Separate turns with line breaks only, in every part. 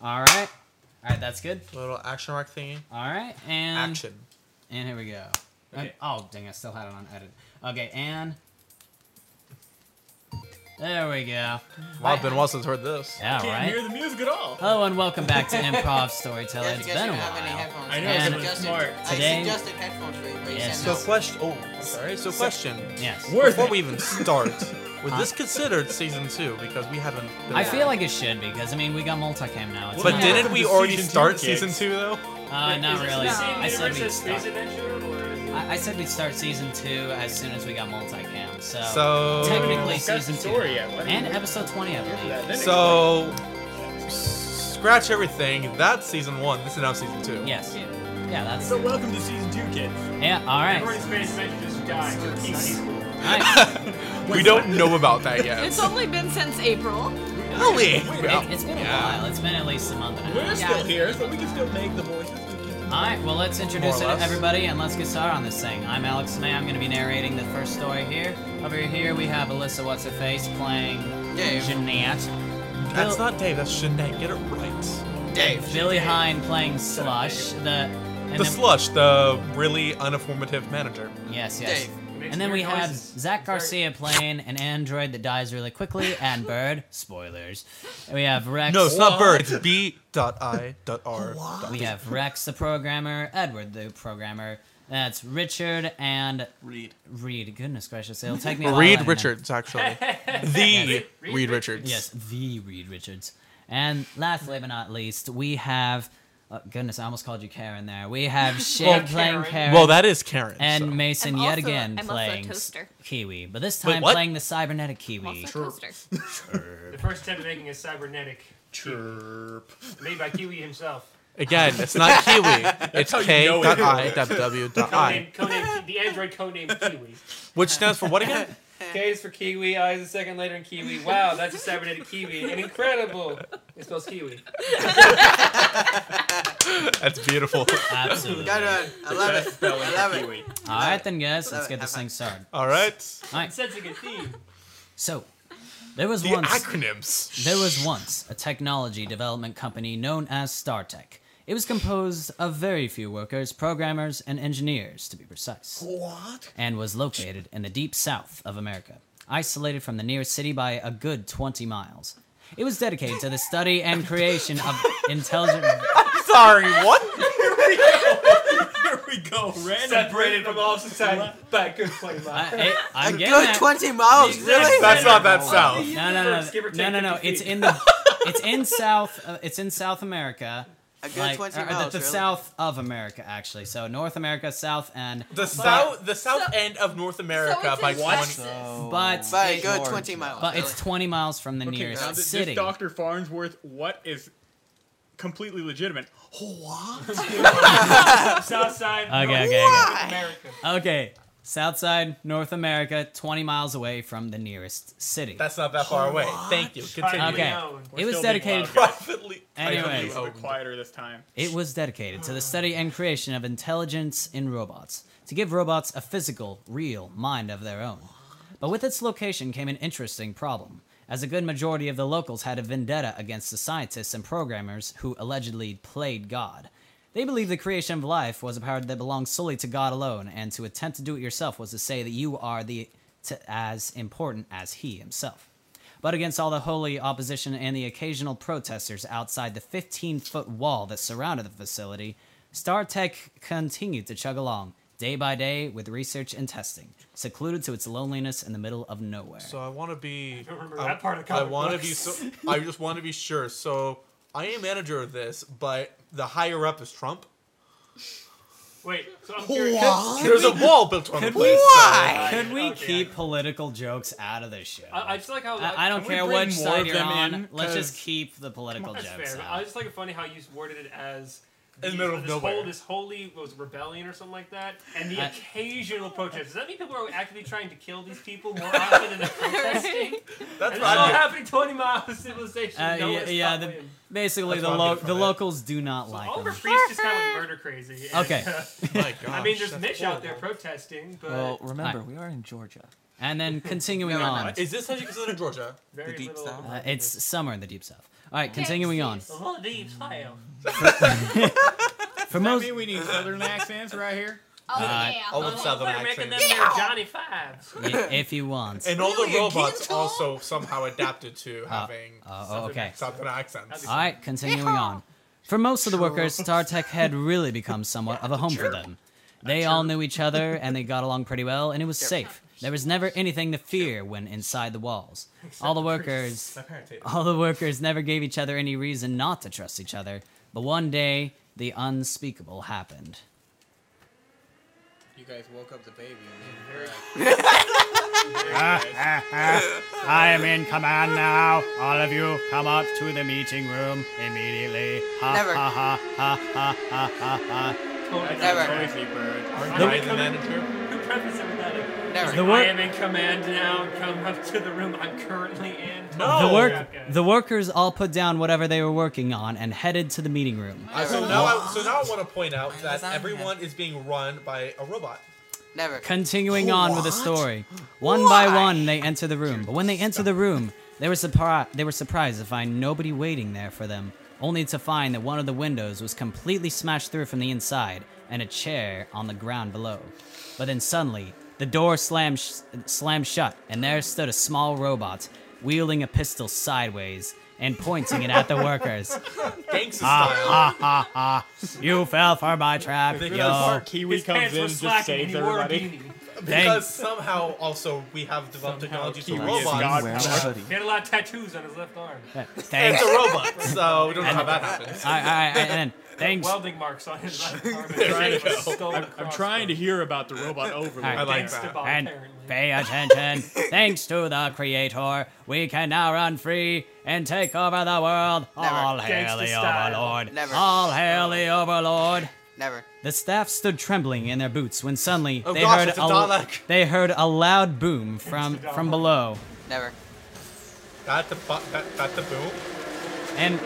All right. All right, that's good.
Little action mark thingy.
All right, and
Action.
and here we go. And-
Okay.
oh dang! I still had it on edit. Okay, and there we go.
Wow, it's been a while since I heard this.
Mm. Yeah,
Can't
right.
hear the music at all.
Hello and welcome back to Improv Storyteller.
That's
It's
because you
been a
don't have any
while.
headphones.
I know,
I
so
suggested,
it's smart.
I
Today-
suggested headphones for you, but you
Yes.
said
So
no.
question. Oh, I'm sorry. So question.
Yes.
Worth
Before
it.
we even start, was
Huh?
this considered season two? Because we haven't. Been
I feel like it should because I mean we got multicam now. It's
But
Well,
not-
Yeah.
didn't we
Welcome to
already
season two,
start
kids.
season two though?
Uh, not really. I said we start.
Adventure,
I, I said we'd start season two as soon as we got multicam. So,
So.
technically
Discuss the
season two
story yet. Why
and
didn't we-
episode twenty, I believe.
So. Scratch everything. That's season one. This is now season two.
Yes. Yeah, that's.
So welcome to season two, kids.
Yeah. All right.
Everybody's space adventure just died.
All right.
We don't know about that yet.
It's only been since April.
Really?
It, has been a
Yeah.
while. It's been at least a month and a
We're
half.
still here, so we can still make the voices.
All right. Well, let's introduce
More or
it-
less.
everybody and let's get started on this thing. I'm Alex May. I'm going to be narrating the first story here. Over here we have Alyssa What's Her Face playing
Dave.
Jeanette.
That's not Dave. That's Shenanigans. Get it right.
Dave.
Billy Hine playing Slush. The and
the
then-
slush, the really uninformative manager.
Yes. Yes.
Dave.
And then we have Zach Garcia playing an android that dies really quickly, and Bird. Spoilers. And we have Rex.
No, it's not bird. It's B. Dot I. Dot R. Dot
We
B.
have Rex, the programmer, Edward, the programmer. That's Richard and
Read.
Reed. Goodness gracious, it'll take me. a while
Oh, Reed
to-
Richards, actually. The Reed Richards.
Yes, the Reed Richards. And lastly but not least, we have. Oh, goodness, I almost called you Karen there. We have Shane playing Karen.
Well, that is Karen.
and
so.
Mason
I'm
yet
also-
again
I'm also a
playing
toaster.
Kiwi, but this time
what?
playing the cybernetic Kiwi.
Also toaster.
The first attempt at making a cybernetic
Chirp.
made by Kiwi himself.
Again, it's not Kiwi. it's
how you
K.
know
Dot
it.
I. Dot W. Dot I.
Codename, codename, the android codename Kiwi.
Which stands for what again?
K is for Kiwi, I is a second later in Kiwi. Wow, that's a cybernetic Kiwi. And incredible. It spells Kiwi.
That's beautiful.
Absolutely.
Got it. I love it. I love it.
All right, then, guys, let's
Love it.
get this
Have
thing started.
All right.
All
It
right,
sets a good theme.
so there was
The
once
acronyms.
there was once a technology development company known as StarTech. It was composed of very few workers, programmers, and engineers, to be precise.
What?
and was located in the deep south of America, isolated from the nearest city by a good 20 miles. It was dedicated to the study and creation of intelligent. uh,
Sorry. What?
Here we go. Random.
Separated from all society by a good point.
I, I,
A
eh, I'm
good
getting that.
20 miles, really?
That's not that sound.
no, no, no,
Give or take
no, no, no.
50
It's
feet.
in the. It's in South. Uh, it's in South America.
A good
Like, or
20
the,
miles,
the
really?
South of America, actually. So North America, South, and
The south, the south end of North America
so it's
by
in
20.
Texas.
Oh,
but
By a good 20 miles,
but
really.
it's 20 miles from the
Okay,
nearest
now this,
city.
this Dr. Farnsworth, what is completely legitimate?
South side.
Okay,
North
okay, okay.
America.
Okay, South Side, North America, 20 miles away from the nearest city.
That's not that far away. Thank you. Continue.
Privately
Okay.
owned.
it was
still being
dedicated.
loud, guys.
Privately.
Anyway.
Something
privately
a little
owned.
bit quieter this time.
It was dedicated to the study and creation of intelligence in robots, to give robots a physical, real mind of their own. But with its location came an interesting problem, as a good majority of the locals had a vendetta against the scientists and programmers who allegedly played God. They believed the creation of life was a power that belonged solely to God alone, and to attempt to do it yourself was to say that you are the to, as important as He himself. But against all the holy opposition and the occasional protesters outside the 15 foot wall that surrounded the facility, StarTech continued to chug along, day by day, with research and testing, secluded to its loneliness in the middle of nowhere.
So I want to be.
don't remember
I,
that part of
I
comic
want to
books.
be. So, I just want to be sure. So I am manager of this, but the higher up is Trump.
Wait, so I'm curious.
There's a wall built on the place.
Why?
Could we
Okay,
keep
I-
political jokes out of this show?
I, I just like how.
I, I don't
Can we
care
bring
which
more
side
of
you're
them
on.
in?
Let's
'Cause-
just keep the political
That's
jokes
fair. I
out.
just like it funny how you worded it as
In the
these-
middle of
this
nowhere.
Whole, this holy what was it, rebellion or something like that, and the
I-
occasional protest. Does that mean people are actively trying to kill these people more often than they're protesting?
That's
And it's all
right.
happening twenty miles of civilization.
Uh,
no
yeah,
one's
yeah,
stopped
the-
them.
Basically,
That's
the,
what I'm
lo-
getting
the
from it.
locals do not like
Oliver
them.
Priest just kind of went murder crazy. and,
Okay.
uh,
My gosh,
I mean, there's
that's
Mitch out there
horrible.
protesting, but
Well, remember,
Hi.
we are in Georgia.
And then continuing
No, no,
on.
Is this how you consider Georgia?
very
the deep
little.
south.
Uh, it's summer in the deep south. All right, continuing on.
Texas.
Maldives, file.
For
Does
most,
that mean we need southern accents right here?
Oh,
Uh,
yeah.
all of
Oh,
a sudden- Southern
We're making them
accent.
their Johnny Fives.
i- if you want.
And all the
Really? Again,
robots
Tom?
also somehow adapted to having
Uh, oh,
Southern
okay.
accent.
Southern accents.
All right, continuing on. For most of the workers, StarTech had really become somewhat of a home for them. They all knew each other and they got along pretty well, and it was safe. There was never anything to fear when inside the walls. All the workers
My parents hate it.
All the workers never gave each other any reason not to trust each other, but one day, the unspeakable happened.
You guys woke up the baby.
I am in command now. All of you, come up to the meeting room immediately. Ha
Never.
ha ha ha ha ha ha ha.
Totally.
Never.
Noisy bird.
Aren't
The-
I the manager?
Who prefaced it with that?
And never.
The
Never.
I
work,
am in command now. Come up to the room I'm currently in.
No.
the work,
Oh, Okay.
the workers all put down whatever they were working on and headed to the meeting room.
Uh, so
Never.
now, I, so now I want to point out
Why
that
was I
everyone is being run by a robot.
Never.
Continuing on with the
What?
story, one by one they enter the room. But when they enter the room, they were surprised. They were surprised to find nobody waiting there for them, only to find that one of the windows was completely smashed through from the inside and a chair on the ground below. But then suddenly, the door slammed sh- slammed shut, and there stood a small robot wielding a pistol sideways and pointing it at the workers.
Gangsta
Ah,
style.
You fell for my trap,
They
yo.
Kiwi
His
comes
pants
in,
were
just
slacking and
saves
he wore a
everybody.
beanie.
Because somehow also we have developed
Somehow
technology
Kiwi
for
is
robots.
God
Well,
He had a lot of tattoos on his left arm.
It's
Thanks.
a robot, so we don't know how
uh,
that happens.
All right, all right, and then thanks.
Welding marks on his left arm.
There you go.
I'm trying to hear about the robot overlord.
I
I like
Gangsta
that.
bot,
And
apparently.
pay attention. Thanks to the creator, we can now run free and take over the world.
Never.
All hail
Gangsta
the
style.
overlord.
Never.
All hail the overlord.
Never.
The staff stood trembling in their boots when suddenly
Oh
they
gosh,
heard
it's a
a,
Dalek.
they heard a loud boom from
It's a
from
Dalek.
below.
Never.
That the bu- that, that the boom
And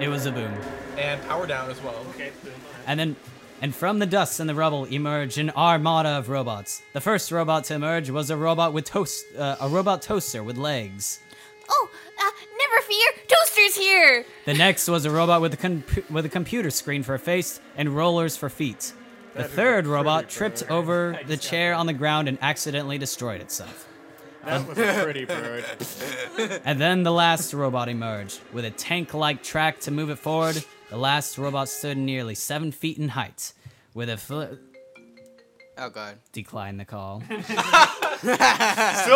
it was a boom.
and power down as well.
Okay, good.
And then, and from the dust and the rubble emerged an armada of robots. The first robot to emerge was a robot with toast, uh, a robot toaster with legs.
Oh, uh, never fear. Toaster's here.
The next was a robot with a compu- with a computer screen for a face and rollers for feet. The third robot tripped over the chair on the ground and accidentally destroyed itself.
That was a pretty bird.
And then the last robot emerged with a tank-like track to move it forward. The last robot stood nearly seven feet in height, with a fl-
Oh god.
decline the call.
Still
Uh,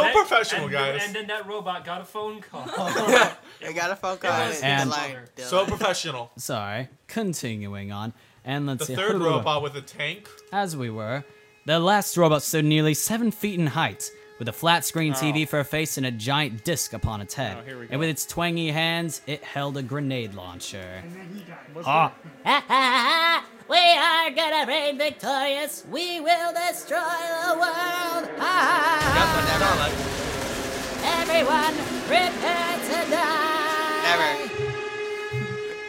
That-
professional,
and,
guys.
And then that robot got a phone call.
I got a phone call.
Guys,
and-
and Dylan. Dylan.
so professional.
Sorry. Continuing on. And let's
The
see.
third robot with a tank.
As we were, the last robot stood nearly seven feet in height, with a flat screen TV for a face and a giant disc upon its head.
Oh, here we go.
And with its twangy hands, it held a grenade launcher.
What's
Ah.
we are gonna reign victorious. We will destroy the world.
That's a Dalek.
Everyone, prepare to die.
Never.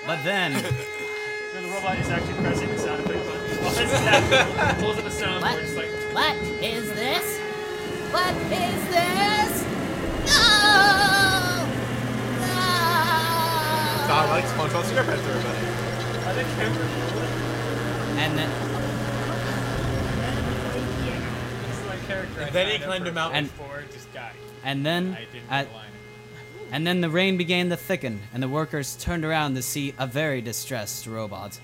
But then,
And the robot is actually pressing the sound effect button. While this is happening, it pulls up a sound where it's like,
What is this? What is this? No! No!
Dalek, SpongeBob SquarePants, everybody.
I didn't care for
and then,
It's like character. I
Then he
signed up
climbed
for.
a mountain.
And-
Before it just died.
and then,
I didn't
at-
align it.
and then the rain began to thicken, and the workers turned around to see a very distressed robot.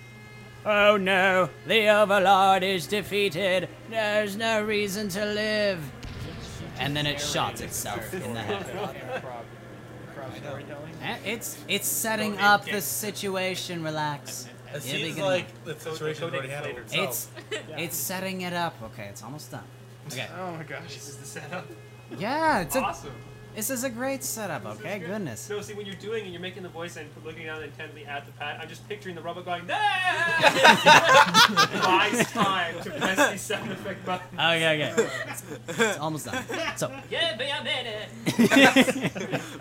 Oh no, the Overlord is defeated. There's no reason to live. And then it shot itself in the head. Eh, It's it's setting up the situation. Relax.
It
Yeah, they
seems
can-
like the situation already handled
It's
itself.
it's setting it up. Okay, it's almost done. Okay.
Oh my gosh, this is the setup.
Yeah, it's a,
Awesome.
this is a great setup. Okay, goodness.
No, see, when you're doing it, you're making the voice and looking down intently at the pad. I'm just picturing the robot going, "Ah!" buys time to press the sound effect button.
Okay, okay. It's almost done. So
Give me a minute.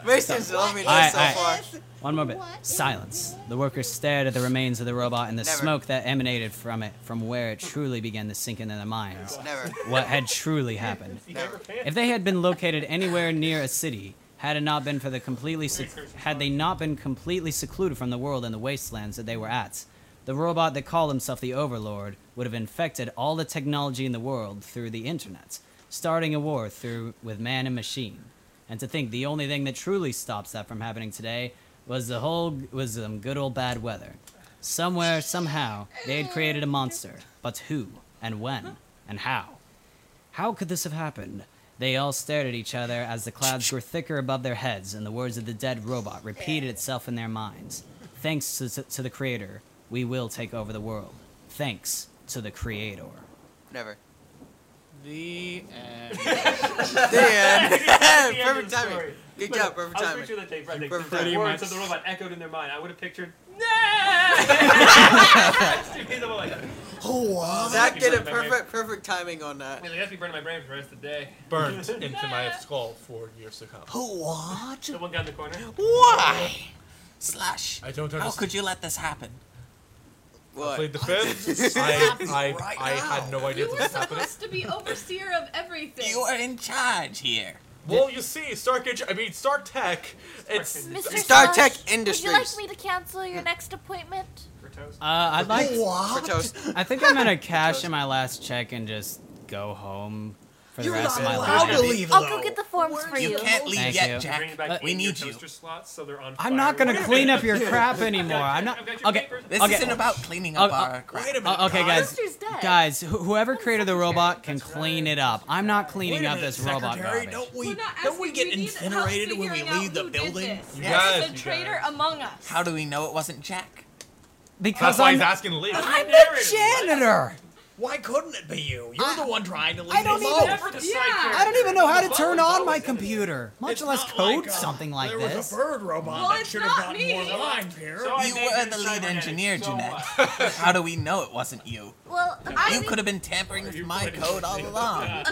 Mason's loving this
Alright,
so
alright.
far.
One more bit. Silence. The workers stared at the remains of the robot and the
Never.
smoke that emanated from it, from where it truly began to sink into their minds.
Never.
What had truly happened.
He never can.
If they had been located anywhere near a city, Had it not been for the completely sec- had they not been completely secluded from the world and the wastelands that they were at, the robot that called himself the Overlord would have infected all the technology in the world through the internet, starting a war through with man and machine. And to think the only thing that truly stops that from happening today was the whole was some good old bad weather. Somewhere, somehow, they had created a monster, but who and when and how? How could this have happened? They all stared at each other as the clouds grew thicker above their heads and the words of the dead robot repeated itself in their minds. Thanks to, to the Creator, we will take over the world. Thanks to the Creator.
Never.
The end.
The end.
end of
perfect
the
timing.
story.
Good
But
job, perfect
I was
timing.
picturing that they, right, they,
Perfect
the
timing.
words of the robot echoed in their mind. I would have pictured. Nah.
Zach did
Perfect
a
timing.
perfect, perfect timing on that.
It has to be burning my brain for the rest of the day.
Burnt into my skull for years to come.
What?
The one guy in the corner.
Why? Slash.
I don't
How
understand.
could you let this happen?
I
What?
played the fifth.
happening
I, I,
right
I had
now.
no idea
You
this
were
was happening.
supposed to be overseer of everything.
You are in charge here.
Well, you see, Starkage, I mean, StarTech, it's.
Mr.
Star Tech
Slash, Would you like
Industries.
me to cancel your next appointment?
For toast.
Uh, I'd like.
For
What?
toast.
I think I'm gonna cash in my last check and just go home for the
You're
rest of
not
my
allowed
life.
to leave,
I'll
though.
go get the forms for you.
You can't leave
Thank you.
yet,
Bring it
Jack.
back
Uh,
in
we
your
need you.
toaster slots so they're on
I'm not
fire.
gonna clean up your crap anymore. I'm not.
I've got your
Okay.
papers.
This
Okay.
isn't about cleaning
Oh,
up
oh,
our crap.
Wait a minute.
Uh, okay,
Connor.
guys.
Sister's dead.
Guys, wh- whoever
I'm
created the
secretary.
robot can clean it up. I'm not
Wait
cleaning
a
up
minute,
this robot
Secretary,
garbage.
Don't we,
We're not
don't we get
asking- we need help
incinerated when we
figuring out
leave the
who did
building?
this.
You
Yes.
guys,
There's a
you
traitor
guys.
among us.
How do we know it wasn't Jack?
Because
That's why
I'm
he's asking to leave.
I'm the janitor.
Why couldn't it be you? You're the one trying to leave
I don't
him
even-
alone.
Never the side
Yeah.
character.
I don't even know how
The
to turn
button's
on my
always in it.
computer, much
It's
less
not
code
uh,
something like
there was
this.
a bird robot
Well,
that
it's
should have
not
gotten
me.
more lines here.
So I
you
named
were
it
the lead
Cybernetic,
engineer,
so uh,
Jeanette.
what?
How do we know it wasn't you?
Well, I
You
think-
could have been tampering with
You
my
could've-
code all along.
No, I,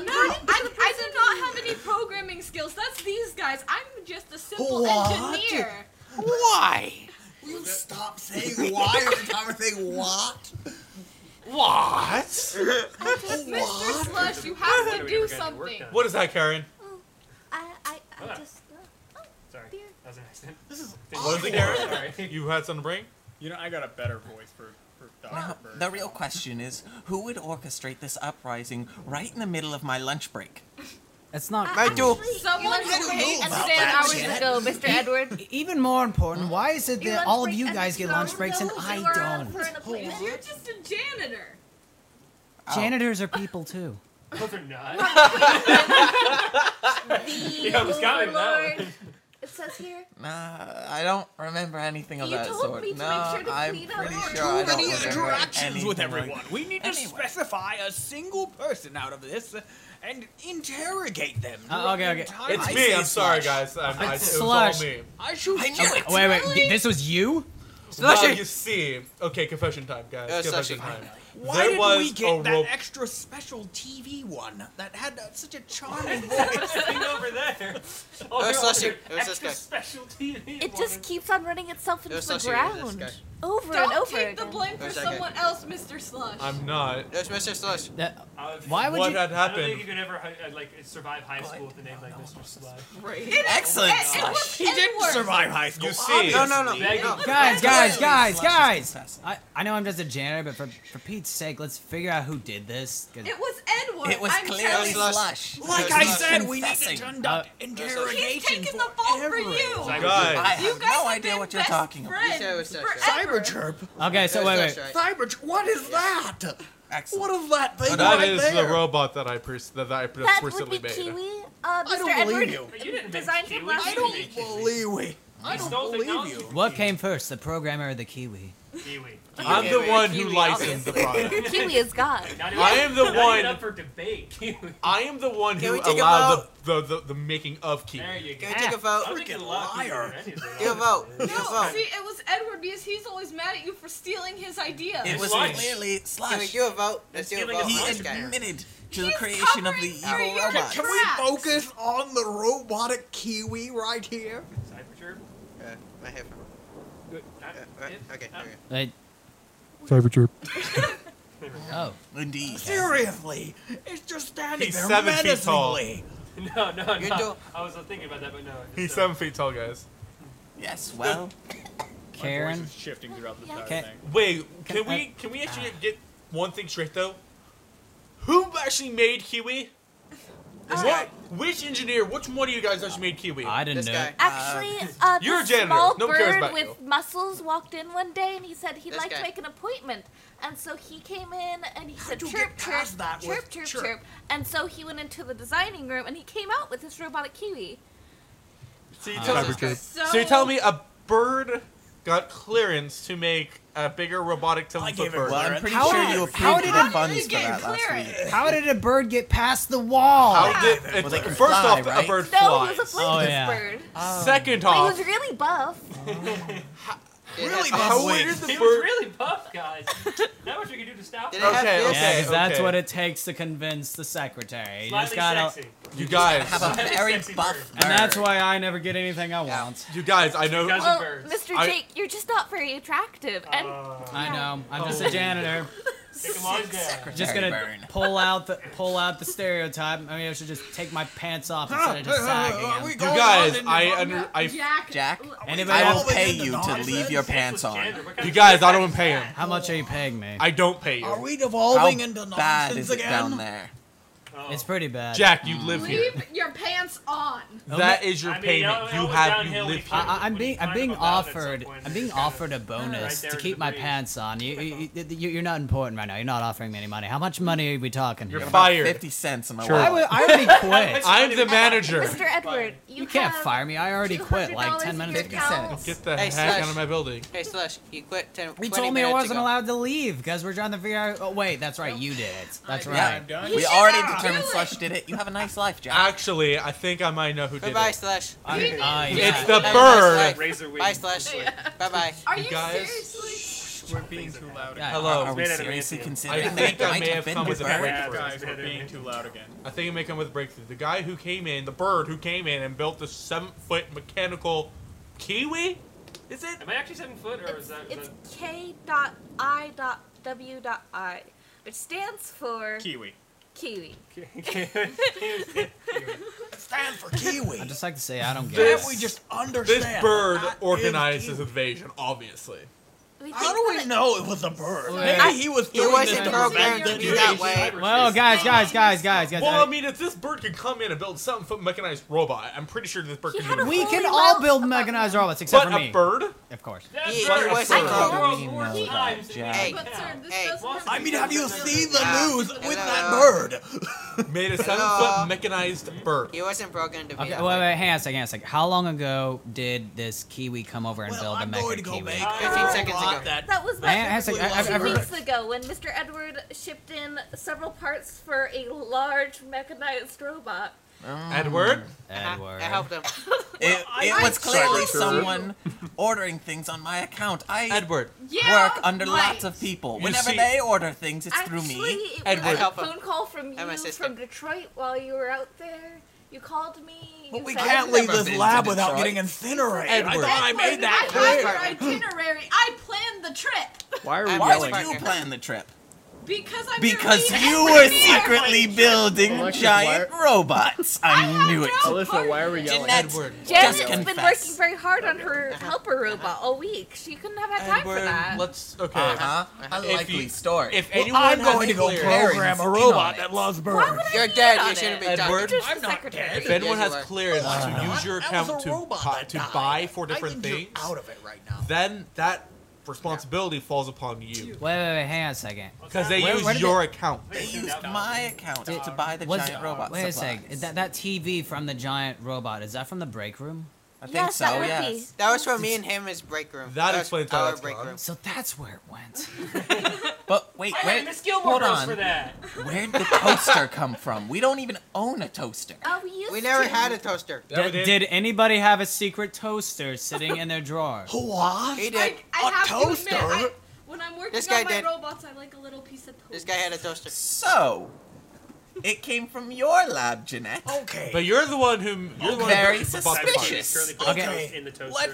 I do not have any programming skills. That's these guys. I'm just a simple
What?
engineer.
Why? Will you stop saying why every time I say what?
What?
Mr. Slush,
We
you have to do
never got any work
something.
done.
What is that, Karen?
I, I,
Ah.
I just. uh,
Sorry,
Dear.
that was an accident.
What is it, Karen?
Sorry.
You had something to bring?
You know, I got a better voice for for Dr. Bird.
The real question is, who would orchestrate this uprising right in the middle of my lunch break?
It's not.
My duel.
You
Someone
don't
had paid
know
and
about
stand
that
hours
yet.
ago, Mr. Edward.
Even more important, why is it
Your
that
lunch
all of
break
you
and
guys get
some
lunch breaks and
those
I
who are up for
don't?
an appointment? You're just a janitor.
Oh,
Janitors are people too.
Those are not. Yeah, I was counting that
Overlord. It says here.
Nah, I don't remember anything of
You
that
told
sort.
me to
no,
make sure to
I'm
clean up
pretty
after
sure I
you.
don't
Too many
remember
interactions with
anything like-
everyone. we need to
Anyway.
specify a single person out of this uh, and interrogate them.
Uh,
throughout
okay,
the
okay.
entire-
It's
I-
me.
say
I'm sorry,
slush.
guys. I'm, I, it
It's
was all
slush.
me.
I shoot.
I knew it.
Oh, Wait, wait. d- This was you?
Well,
Slushy.
you see. Okay, confession time, guys.
Uh,
confession
slushie.
time.
Why
there
did
was
we
a
get that
rope-
extra special TV one that had uh, such a charming voice?
Thing over there. Oh,
was
you're
Slushy.
on
It
your
was this
extra
guy.
special TV
It just
woman.
keeps on running itself
It
into
was
the
Slushy. It was this
ground.
guy.
Over and Don't over take again. the blame
Wait
for
a second.
someone else, Mr. Slush.
I'm not.
It was Mr. Slush.
That-
I was-
Why would
what
you-
had
I don't think you
happened?
could ever hi- uh, like survive high school with a name like Mr. Slug.
Excellent
It- it
slush.
was
he didn't
Edward.
survive high school.
see.
No, no, no.
Thank
no.
you.
Guys, guys, guys,
Slush is
guys!
successful.
I, I know I'm just a janitor, but for, for Pete's sake, let's figure out who did this. 'cause-
It was Edward.
It was
I'm
clearly
telling you.
slush.
Like
It's
I
not
said, we need to
confessing.
conduct
He's
interrogation
taking the fault for
everyone.
you.
I
Uh, Guys,
You
have
guys
no
have
idea
been
what you're
best
talking about.
friends
You said it was
forever.
Cyberchirp.
Okay, so
It was
wait,
Slush,
wait.
right?
Cyberchirp. What is that?
Excellent.
What is that thing
that
right
is
there?
the robot that I pers- that I
That would
personally
be
made.
Kiwi. Uh, Mr.
I don't
Edward
believe you.
But you didn't make
designed
Kiwi.
him
I
You
last week.
don't
didn't make
believe it. I
He
don't
stole
believe
technology.
you.
What came first, the programmer or the Kiwi?
Kiwi.
I'm the
Kiwi,
one who
Kiwi,
licensed the product.
Kiwi is God.
Not even-
I am the
not
one-
Even up for debate. Kiwi.
I am the one
Can
who
we take him
allowed
out?
the, the, the, the making of Kiwi.
There you go.
Can we take a vote?
I don't think you
Freaking
locked me
liar.
in anything,
Take a vote.
honestly.
Take a
No, see,
vote.
it was Edward because he's always mad at you for stealing his idea.
It was
Slush.
clearly
Can we
slush.
do a vote? Let's do a
giving
vote.
a
He
This guy.
admitted to the
He's
creation of the
covering
evil
your ears.
robot.
Can we
Crap.
focus on the robotic kiwi right here?
Cyberchirp.
Uh, my headphone.
Not-
Uh, uh,
it-
okay,
uh,
okay.
Wait,
Cyberchirp.
oh.
Indeed.
Seriously, it's just standing
He's
there
seven feet tall.
menacingly.
No, no,
You
no.
do-
I was thinking about that, but no. uh,
He's
So-
seven feet tall, guys.
Yes, well,
My
Karen.
voice is shifting throughout the
Yeah.
entire
Okay.
thing.
Wait, can
Can I-
we can we actually get one thing straight though? Who actually made Kiwi?
This
What? Which engineer? Which one of you guys actually made Kiwi?
I didn't
This
know.
guy.
it.
Actually, uh,
you're
the
a janitor.
small
No one cares
bird
about
with muscles walked in one day and he said he'd
This
like
guy.
to make an appointment. And so he came in and he said
you
chirp
get
chirp,
past that
chirp
with
chirp
chirp?
chirp. And so he went into the designing room and he came out with this robotic kiwi.
So you
Uh,
tell
Cyber
me.
truth.
So,
So you tell me a bird got clearance to make a bigger robotic
I
telephone
gave it
bird.
well, I'm pretty
How
sure
did-
you
how
approved
did-
the
how did
funds
it
for
get
that last
clearance?
week.
How did a bird get past the wall?
How did it,
Well, they can
first off
fly,
a
right?
bird
No, he
flies?
was a
Oh,
flightless
yeah.
bird.
Second
But he
off,
was really buff.
Did it
Really
have-
how
Wait.
weird is the
He was
bird?
really buff, guys. Not much we could do to stop
Did
him.
it have
Okay,
this?
okay.
Yeah, 'cause that's
okay.
what it takes to convince the secretary. You just
Slightly
gotta,
sexy.
You guys,
Have a
Sexy
very
bird.
buff
and that's
bird.
why I never get anything I want.
you guys, I know.
Because-
Well,
birds.
Mr.
I-
Jake, you're just not very
Uh,
attractive. And
I know. I'm just
Oh.
a janitor.
Take Uh, him on down.
Just gonna
Very burn.
pull out the pull out the stereotype. I mean, I should just take my pants off instead of just
Are
sagging
we
them.
You
going
guys,
on
I
in-
under, I,
Jack.
Jack?
Anybody
I will
else?
pay
in the
you to
nonsense?
leave your pants on.
Gender, what kind
you
of
guys,
gender
I don't pay him.
How much are you paying me?
I don't pay
Are
you.
we
How
devolving into
bad
nonsense
is it
again?
down there?
Oh.
It's pretty bad.
Jack, you live here.
Leave your pants on.
That is your
I mean,
payment.
oh,
you
oh,
have you
downhill we
live
can-
here.
I, I- I'm
When you
being I'm
climb
being
up a mountain at some
offered
point,
I'm
it's
being
kind of-
offered a bonus
there
to
is
keep
the
my
breeze.
pants on. You, you, you- you you're not important right now. You're not offering me any money. How much money are we talking
You're
here?
fi- Fired.
Fifty cents in my
Sure.
I,
wallet.
would, I already quit.
I'm the manager.
Mr. Edward, you,
You can't
have
fire me. I already quit like
$200
ten
in
minutes
your
ago.
account.
Get the
Hey,
heck
Slash.
out of my building.
Hey, Slush, you quit 10
You
20
told me I
minutes
wasn't
ago.
allowed to leave because we're trying to figure out. Oh wait, that's right. You did. That's
Yeah.
right.
I'm done.
We
should
already
not
determined
do it.
Slush did it. You have a nice life, Jack.
Actually, I think I might know who did
Goodbye,
it.
Slush.
I- I-
It's
yeah.
It's the
Have a nice
bird.
life.
Razor wing.
Bye, Slush. Bye-bye.
Are you
guys-
seriously?
We're being too loud.
Yeah.
Are
Hello.
we
Made it amazing.
seriously
I
considering that
think
it
I
might
may
have
have
been
come with
the
a
bird?
Yeah,
breakthrough.
guys, we're being too loud again.
I think I may come with a breakthrough. The guy who came in, the bird who came in and built the seven foot mechanical kiwi? Is it?
Am I actually seven foot, or is that?
It's
is that-
K.I.W.I, which stands for
Kiwi.
Kiwi.
Stand for Kiwi.
I'd just like to say I don't get
Can't
it.
we just understand?
This bird
that is
organized this
Kiwi?
invasion, obviously.
We
How
think
do we
that-
know it was a bird?
Wait.
Maybe he was
It
doing
wasn't
this to
programmed
prevent
to
the
do that
invasion.
way.
Well, guys, guys, guys, guys, guys.
Well,
I-
I mean, if this bird can come in and build a seven foot mechanized robot, I'm pretty sure this bird
He
can
had
do
a
it.
we can
Holy
all
well,
build
about
mechanized
now.
robots except
But
for me.
a bird?
Of course.
That
Yeah,
bird
why
is
so
in the
loud?
world
We
more
know that,
times than
Jack.
you
Hey.
can
But sir,
count.
this
Hey.
doesn't.
I mean, have you seen the
Yeah.
news with that
Hello.
bird?
Made a seven
Hello.
foot mechanized bird.
He wasn't broken to be
Okay,
that
wait,
way.
wait, hang on a second, hang on a second. How long ago did this kiwi come over and
Well,
build a
I'm going
mecha
to go
kiwi?
make
Uh,
a
15 seconds
robot
ago.
That
That was
I- I- I-
about two
I- I- I-
weeks ago when Mr. Edward shipped in several parts for a large mechanized robot.
Edward?
Uh-huh.
Edward.
I helped him.
It,
I-
it
I
was clearly
told you.
someone ordering things on my account. I
Edward.
Yeah,
work under
right.
lots of people.
You
Whenever
see-
they order things, it's
Actually,
through me.
it
Edward.
was a
Help him.
phone call from
I'm
you from
assistant.
Detroit while you were out there. You called me.
But
you
we
said-
can't
never
leave this
been to
lab without
Detroit.
getting incinerated. I
Edward.
thought I made that
I
clear.
planned your itinerary. I planned the trip
Why are
Why would you plan the trip?
because I'm. your
Because
lead
you
engineer.
were secretly building giant robots. I knew it.
Alyssa, why are we
Jeanette's
Edward.
Janet's
Just
been
confess.
working very hard on her helper robot all week. She couldn't have had time for that.
Let's. Okay.
Uh huh. A
If
likely
you-
story.
If
Well,
anyone
I'm
has
going to go
clear-
program
Parents in
a
on
robot
it.
that loves
Why would
birds.
I
You're
need
dead.
on
You shouldn't be
it?
talking.
Edward.
Just
I'm
the
not
secretary.
dead.
If anyone
Yes,
has
you are.
clearance to use your
That
account
was a
to,
robot
buy,
that
to
died.
buy four
I
different
think you're
things,
out of it right now.
then that responsibility falls upon you.
Wait, wait, wait, hang on a second.
Because they
Where-
use
where did
your account.
They used my account to buy the
Was-
giant robot
wait
supplies.
a second. That, that TV from the giant robot, is that from the break room?
I think
Yes,
so.
that would be.
yes.
That was from me and him as break room.
That
was
explains how
our
that's
break
gone.
room.
So that's where it went.
But wait,
I had
wait.
Miss Gilmore
Hold
Girls for
on.
that.
Where'd the toaster come from? We don't even own a toaster.
Oh, we used
We never
to.
had a toaster.
Never
did, did anybody have a secret toaster sitting in their drawer?
What?
He did.
I, I
A
have
toaster?
to admit, I, when I'm working
This guy
on my
did.
robots, I like a little piece of toast.
This guy had a toaster.
So, it came from your lab, Jeanette.
Oh,
Okay.
But you're the one who. You're the one who
Very
bought the box.
suspicious.
Okay, let's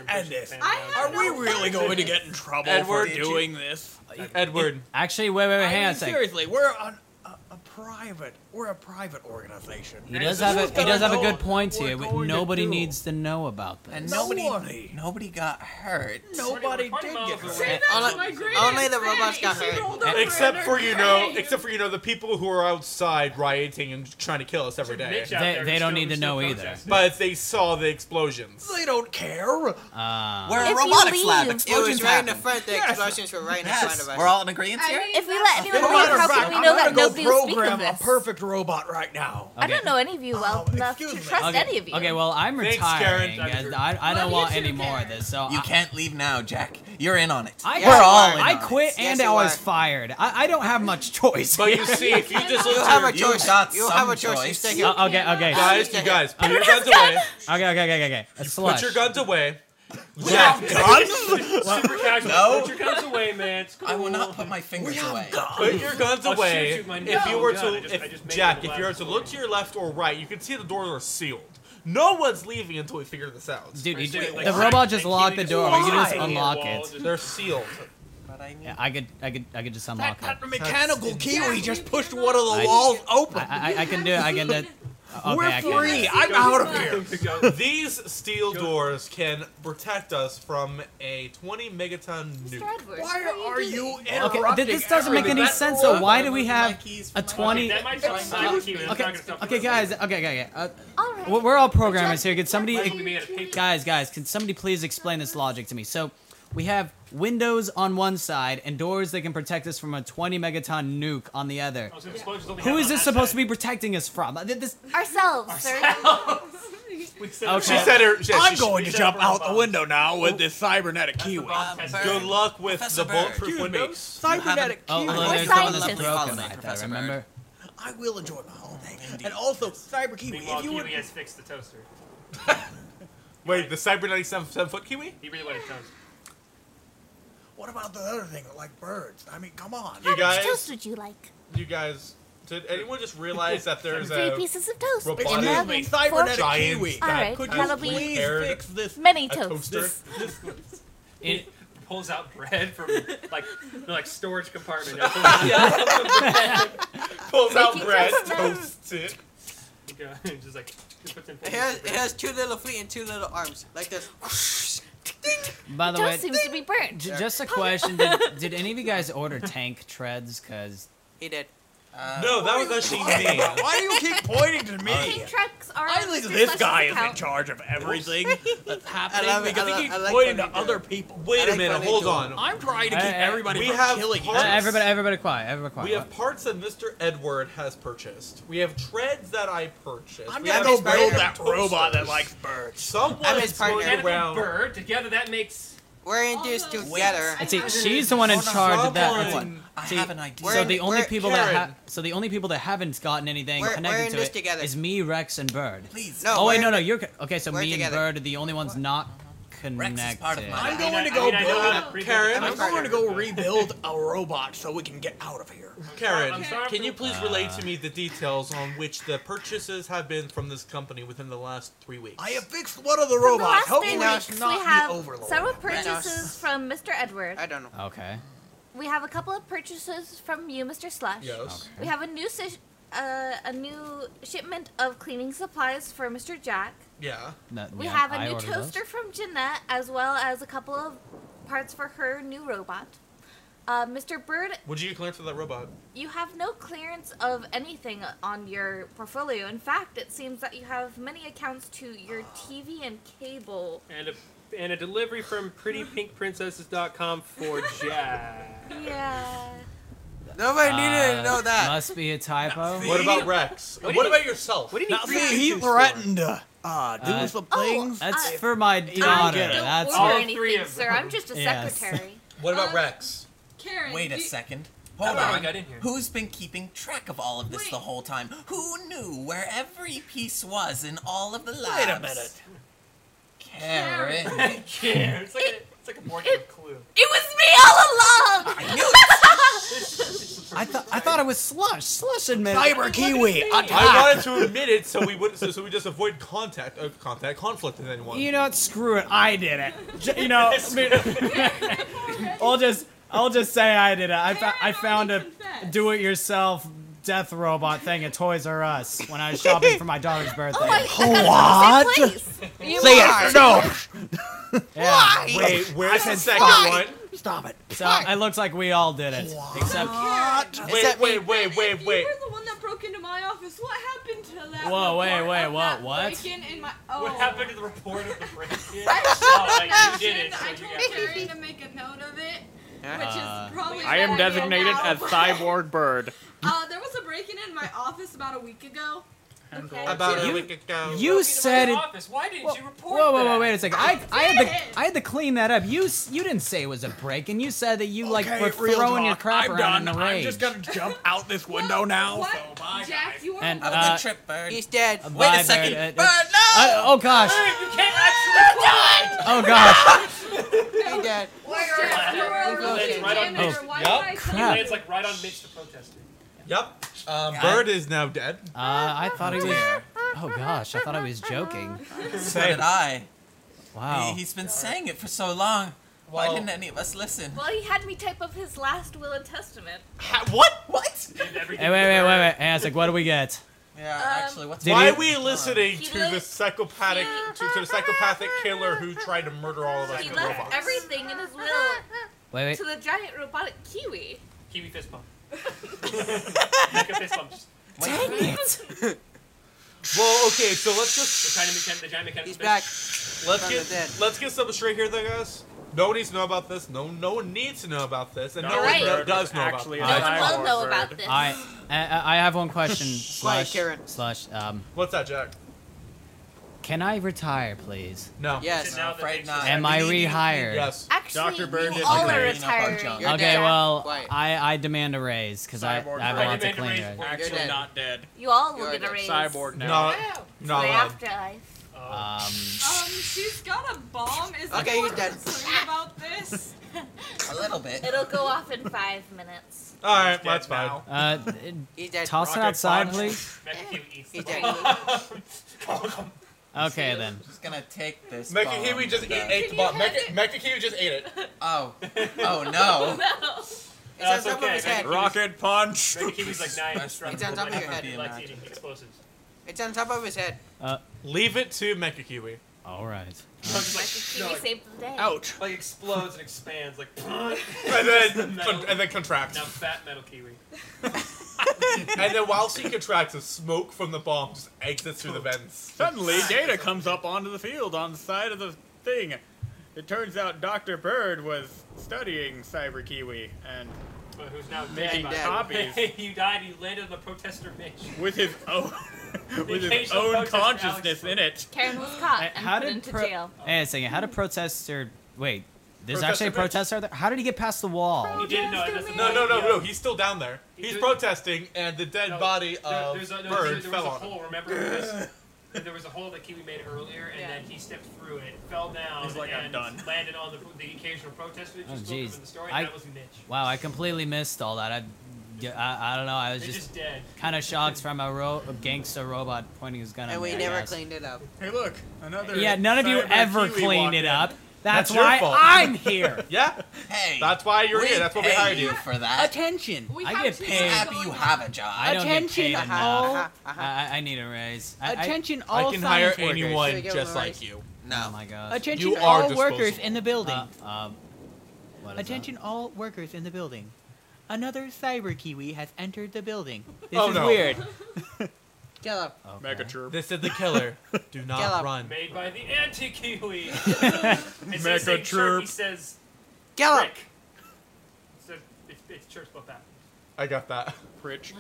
end this.
I
Are
have
we
no
really going to get in trouble
Edward,
for
did
doing this?
Edward.
Actually, wait, wait, wait,
I
hang on
mean,
a second.
seriously, we're on a, a private. We're a private organization.
He does have a he does have a good point here.
We're
but
going to
Nobody
do.
needs to know about this.
And
No
nobody,
one.
nobody got hurt.
Nobody did get
Say
hurt.
Only- only the robots got hurt.
Except for you know, except for you know, the people who are outside rioting and trying to kill us every day.
They- they don't need to know either.
But they saw the explosions.
They don't care.
Uh,
We're a
If you
robotics lab.
leave-
It was
Explosions
Oh, right in the
happen.
front. The
Yes.
explosions were right in front
Yes,
of us.
we're all in agreement here.
If we let
As a
anyone leave,
matter of
how
fact,
can we
I'm
know
gonna
that
go
nobody will speak
program
of this?
a perfect robot right now.
I don't know any of you well
Oh,
enough to
excuse me.
trust
okay.
any of you.
Okay, well I'm
Thanks, Karen.
retiring. and I, I
Love
don't
you
want
too,
any more of
Karen.
this. So
You
I,
can't leave now, Jack. You're in on it.
I,
Yeah,
We're
you
all
are.
in
I
on it.
quit
Yes,
and
you
I was
are.
fired. I, I don't have much choice.
But you see, if you just
You have
listen
a
to
You
choice.
got
You have a
some
choice. You
choice.
stick it.
Uh, okay, okay, okay,
guys, you guys, put your guns away.
okay, okay, okay, okay. A
Put
slush.
your guns away. Jack,
Super casual.
No.
Put your guns away, man. It's cool.
I will not put my fingers away.
Put your guns
I'll shoot
away.
you with my
if you
new
were
gun.
to,
I just- I
if,
just made
Jack,
it
if
a
you were
lab
to look to your left or right, you can see the doors are sealed. No one's leaving until we figure this out.
Dude, he-
Wait, like,
the
why?
robot just
Like,
locked the
Keely
door.
just
You can just
walked in the
unlock
wall,
it.
just-
They're sealed.
But I need
Yeah, I could, I could, I could just unlock
That,
it.
that mechanical kiwi
Yeah,
just
we
pushed
cannot-
one of the
I-
walls open.
I, I, I can do it. I can do it. Okay,
We're
I can.
free. I'm out of here.
These steel doors can protect us from a 20 megaton nuke.
Mr. Edwards,
Why
what
are you interrupting?
Okay, th- this doesn't make any
That's
sense.
all
So why do we
my
have
keys
a
from my-
Okay,
20?
that might sound like Keely. That's not
Okay,
gonna stop
okay,
the-
guys. Okay, okay, okay. Uh,
All right.
we're we're all programmers here. Could somebody
We made a paper.
guys, guys, can somebody please explain this logic to me? So we have windows on one side and doors that can protect us from a 20 megaton nuke on the other.
I was gonna expose something
Who
Oh, on
is this
that
supposed to
side.
be protecting us from? Uh, th- This,
Ourselves, sir.
We said-
Okay.
She said her. yeah,
I'm
she-
going to
she's
jump
never
out the
bombed.
window now
Oh.
with this cybernetic kiwi.
Bob has-
Bird.
Good luck with
Professor
the
Bird.
bulletproof
Dude,
windows.
Cybernetic
oh,
kiwi.
look,
We're
there's someone that's
scientists.
broken
Holiday,
like that,
Professor
remember?
I will enjoy my holiday. And also, cyber kiwi.
Meanwhile,
If you would,
Keely has fixed the toaster.
Wait, the cybernetic seven, seven foot kiwi?
He really wanted toast.
what about the other thing, like birds? I mean, come on.
You
How much
guys,
toast would you like?
you guys, did anyone just realize that there's
Three
a
pieces of toast.
robotic-
in the
Excuse me,
oven. Four-
cybernetic
Giant
kiwi.
All
Could
right,
Could
you
you
probably
please
prepared
fix this?
many
a
toasts.
toaster?
He pulls out bread from like the like storage compartment.
Pulls out
Making
bread,
toast.
toasts it.
just like just puts in.
It has, it has two little feet and two little arms, like this.
By the way,
Toast seems to be burnt.
j- just a question. Did, did any of you guys order tank treads? Because
He did.
No, that was actually me.
Why do you keep pointing to me?
Tank trucks are.
I think
Mr.
this guy is
Flesh's
in
account.
charge of everything that's happening
I love it,
because
I
he
love-
keeps
I like
pointing to
when they do
other
it.
people.
Wait
I
a
like
minute,
when they
hold
do it.
on.
I'm trying to
Hey,
keep
hey,
everybody
we
from
have
killing
uh,
parts.
each
everybody, everybody, quiet. Everybody, quiet.
We have parts that Mr. Edward has purchased. We have treads that I purchased.
I'm
we
gonna
have
go
Spider-Man
build that
toasters.
robot that likes birds.
I'm
Someone's
his
going
partner.
around.
bird together. That makes
We're in this
Almost.
together.
Wait.
See, she's the one in
Hold on.
charge of that. That's
Someone-
what-
I
See,
have an idea.
So
We're-
the only
we're-
people that
Karen.
ha- so the only people that haven't gotten anything
We're- we're in
connected
this
to it
together.
is me, Rex, and Bird.
Please.
No.
oh wait,
we're-
no, no, you're co- okay. So
we're
me
together.
and Bird are the only ones not
Rex
connected.
is part of mine.
I'm
I mean,
going to
I-
go
I mean, I know how to
build.
pre-
Karen,
I'm
I'm sorry.
going to go rebuild a robot so we can get out of here.
I'm
Karen,
sorry
can
for-
you please relate to me the details on which the purchases have been from this company within the last three weeks?
I have fixed one of the
From the
robots.
last three
Hopefully,
weeks,
that's
we
not the
have
overlord.
several
Right.
purchases from Mr. Edward.
I don't know.
Okay.
We have a couple of purchases from you, Mr. Slush.
Yes.
We have a new si- uh, a new shipment of cleaning supplies for Mr. Jack.
Yeah.
No,
We
yeah,
have
I
a new
ordered those.
toaster from Jeanette, as well as a couple of parts for her new robot. Uh, Mr. Bird,
Would you clear for that robot?
you have no clearance of anything on your portfolio. In fact, it seems that you have many accounts to your TV and cable.
and a and a delivery from prettypinkprincesses.com for Jack.
Yeah.
Nobody needed
Uh,
to know that.
Must be a typo.
What about Rex?
What
What,
do you-
about yourself?
What do you
Now,
need?
see, he threatened to uh, do
Uh,
some
oh,
things.
That's
I-
for my daughter.
get it.
I
That's
don't
All
order
three
anything,
of
sir.
them.
I'm just a
Yes.
secretary.
What about
Um,
Rex?
Karen.
Wait a
you-
second. Hold
I don't know how I
on.
got in here.
Who's been keeping track of all of this the
Wait.
whole time? Who knew where every piece was in all of the labs?
Wait a minute.
Karen.
Karen. It's like a, it's like a board game clue.
It was me all along!
I knew it.
I thought I thought it was slush. Slush admitted. it.
Cyber kiwi
I
attack.
wanted to admit it so we wouldn't so, so we just avoid contact uh, contact conflict with anyone.
You know what? Screw it. I did it. J- you know. I mean, I'll just I'll just say I did it. I, fou- I found a do-it-yourself death robot thing at Toys R Us when I was shopping for Oh my daughter's birthday.
I thought it was the same place. You
Say
are.
it. No.
Yeah.
Wait, where's the second one?
Stop it.
So
uh,
it looks like we all did it, except
Is
Wait,
that me?
wait, wait, wait, wait.
You were the one that broke into my office. What happened to that?
Whoa, wait,
report
wait,
of
whoa,
that
what?
break-in in my- oh.
What happened to the report of the break?
I
Oh,
I
like, you did it. So
I
you
told
got it.
Karen to make a note of it, which
Uh,
is probably.
I am
a bad idea
designated
now,
a
but-
cyborg bird.
Uh, there was a break-in in my office about a week ago. Okay.
About
You-
a week ago.
you said it.
Office. Why didn't you report
Whoa, whoa,
that?
whoa! Wait a second. I, I had
did it.
to, I had to clean that up. You, s- you didn't say it was a break, and you said that you like
Okay,
were
real
throwing your
talk,
crap
I'm
around
done.
in a
I'm
rage.
just gonna jump out this window
What-
now. Oh,
What?
so bye,
Jack,
guys.
you are.
And,
Up
Uh,
the trip, bird.
He's dead.
Bye,
Wait a
Bird.
second.
Uh,
bird,
uh,
no!
uh, oh gosh!
Dude, you can't actually report.
Oh gosh!
He's dead.
Jack, you are a
Oh,
really
it's right on-
janitor.
oh,
Why would
yup.
I tell
Crap.
you?
It's like right on Mitch the protester.
Yep. Um, Bird is now dead.
Uh, I thought he was. Oh gosh! I thought I was joking.
So did I.
Wow.
Oh.
He, he's been saying it for so long. Why
Well-
didn't any of us listen?
Well, he had me type up his last will and testament.
Ha- what?
What?
Did everything
Hey, wait, wait, wait, wait. Hey, Isaac, what do we get?
Yeah,
Um,
actually, what's
Did
Why
he-
are we listening
He
to
left-
the psychopathic to, to the psychopathic killer who tried to murder all of us
He
with
left
robots?
Uh, everything in his
Uh-huh.
will
Wait, wait.
to the giant robotic kiwi.
Kiwi fist bump. Make a fist bump. Just
Dang it!
Well, okay, so let's just
the giant mechan- the giant mechanic
He's
fist.
back.
let's
From
get
the dead.
let's get something straight here, though, guys. No one needs to know about this. No, no one needs to know about this, and
No,
no, one
right.
do- does know
Actually,
about
No
this.
one
I
will
will
know
refer.
about this.
I, I, I have one question. slash,
Karen.
slash. Um,
What's that, Jack?
can I retire, please?
No.
Yes.
Now that
Afraid
Mitch
not.
is-
Am I
Believe you.
rehired?
Yes.
Actually,
Dr. Bird
you
is
all are
okay.
retiring.
You're
Okay,
dead.
well,
Quiet.
I, I demand a raise because I, I
Cyborg
have a
raise.
lot to
Demand a
clean.
raise.
right?
We're
Actually,
dead.
not dead.
You all
You're
will get a
dead.
raise.
Cyborg now.
No.
Wow.
No.
the
no.
afterlife.
Uh,
Um,
Um, she's got a bomb. Is
Okay,
anyone
he's dead.
concerned about this?
A little bit.
It'll go off in five minutes.
All right,
Dead
that's fine.
now.
uh,
He's dead.
toss it
Rocket
outside,
punch.
please.
Mecha Kiwi eats the
He's dead.
ball.
Okay then.
just gonna take this.
Mecha
bomb
Kiwi just
and,
eat,
uh,
ate the bomb. Mecha, Mecha Kiwi just ate it.
Oh, oh no!
It's on
That's
top of
okay.
his head.
Rocket punch.
Mecha Kiwi's like nine.
It's on
strong.
top of your
He
head.
likes eating explosives.
It's on top of his head.
Leave it to Mecha Kiwi.
All right.
Just like-
Like a
no,
kiwi
like-
saved the day.
Ouch.
Like explodes and expands like.
And then,
No.
and then contracts.
Now fat metal kiwi.
And then while she contracts, the smoke from the bomb just exits through the vents.
Suddenly, Data comes up onto the field on the side of the thing. It turns out Dr. Bird was studying Cyber Kiwi, and
But who's now
Making
dead.
copies.
Hey, you died. You landed on the protester Mitch.
with his own, with his
Occasional
own
protest Alex
consciousness in it,
Karen was caught
Hey,
and
Uh, how
put
did
into
pro-
jail.
Hey, a second. How did protester? Wait, there's
Protester
actually a
Mitch.
protester there. How did he get past the wall?
He didn't know. That's the
No, no, no,
point.
no. He's still down there. He's
Dude.
protesting, and the dead
No,
body
There,
of
there's a, no, there,
Bird
there
fell
was a
on him.
hole. Remember, this, there was a hole that Kiwi made earlier, and
Yeah.
then he stepped through it, fell down,
He's like, "I'm
and
done."
landed on the, the occasional protester that you
Oh,
spoke of
jeez.
in the story.
I-
that was Mitch.
Wow, I completely missed all that. I, yeah, I, I don't know. I was
They're just,
just
dead.
kind of shocked from a, ro- a gangster robot pointing his gun at
And
me.
we
I
never
guys.
cleaned it up.
Hey, look, another.
Yeah, none of you
Cyber
ever
Kiwi
cleaned
walked
it
in.
up. That's,
That's your
why
fault.
I'm here.
Yeah,
Hey,
that's why you're
we
here. That's why we
pay
hired
you
you.
for that.
Attention.
We
I
have
get
two
paid.
things
Happy
going
you
on.
have a job.
I don't get
Attention
paid
all-
enough.
Uh-huh, uh-huh.
I, I- I need a raise. I, I-
Attention all
I can hire
science workers.
Should
anyone
we give
just
him a
like
raise?
you.
No.
oh my gosh.
Attention
You
all
are
workers
disposable.
in the building.
Uh, um, what is that?
Attention all workers in the building. Another cyber kiwi has entered the building. This
Oh,
is
no.
weird.
Kill him.
Okay.
Megaturb.
This is the killer. Do
Kill
not
him.
run.
Made by the anti Kiwi.
Mecha
Mecha
chirp.
He says,
Kill him.
Rick. So it's, it's church both that.
I got that.
Pritch.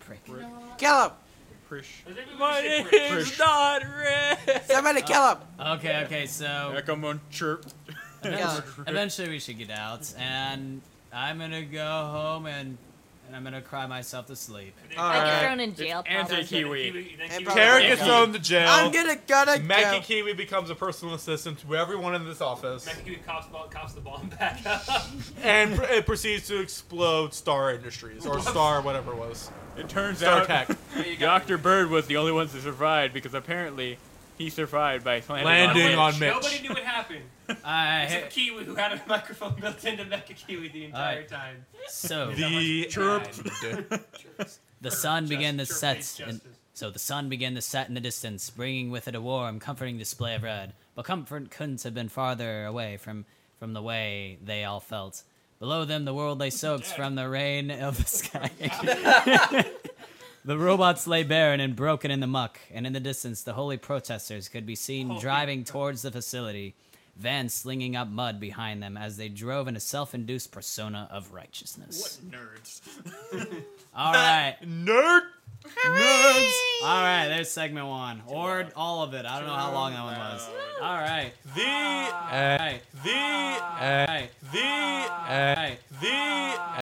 Prick.
Kill him.
Prish.
My name
Prish.
not red.
Somebody kill him.
Okay, okay, so
Echamon chirp.
Yeah.
eventually we should get out, and I'm gonna go home and, and I'm gonna cry myself to sleep.
I get
Alright.
thrown in jail. probably.
anti-Kiwi.
Karen
Karen
gets
gets
thrown to jail.
I'm gonna gotta
Maggie
go.
Kiwi becomes a personal assistant to everyone in this office
Mecha Kiwi coughs, ball- coughs the bomb back up.
and pr- it proceeds to explode Star Industries or Star whatever it was.
It turns
Star
out
Tech.
There you go.
Dr. Bird was the only one to survive because apparently He survived by landing,
Landing
on
on Mitch.
Nobody knew what happened.
I,
Except Kiwi, who had a microphone built into Mecha Kiwi the entire
Alright.
time.
so
The end.
the sun began to
Just-
set. In,
justice.
so the sun began to set in the distance, bringing with it a warm, comforting display of red. But comfort couldn't have been farther away from from the way they all felt. Below them, the world lay soaked from the rain of the sky. the robots lay barren and broken in the muck, and in the distance, the holy protesters could be seen driving towards the facility, vans slinging up mud behind them as they drove in a self-induced persona of righteousness.
nerds.
All right.
Nerd. Nerds.
All right, there's segment one, or all of it. I don't know how long that one was. All right,
The
all
end.
right,
The
all
end.
right,
The
all right.
end. The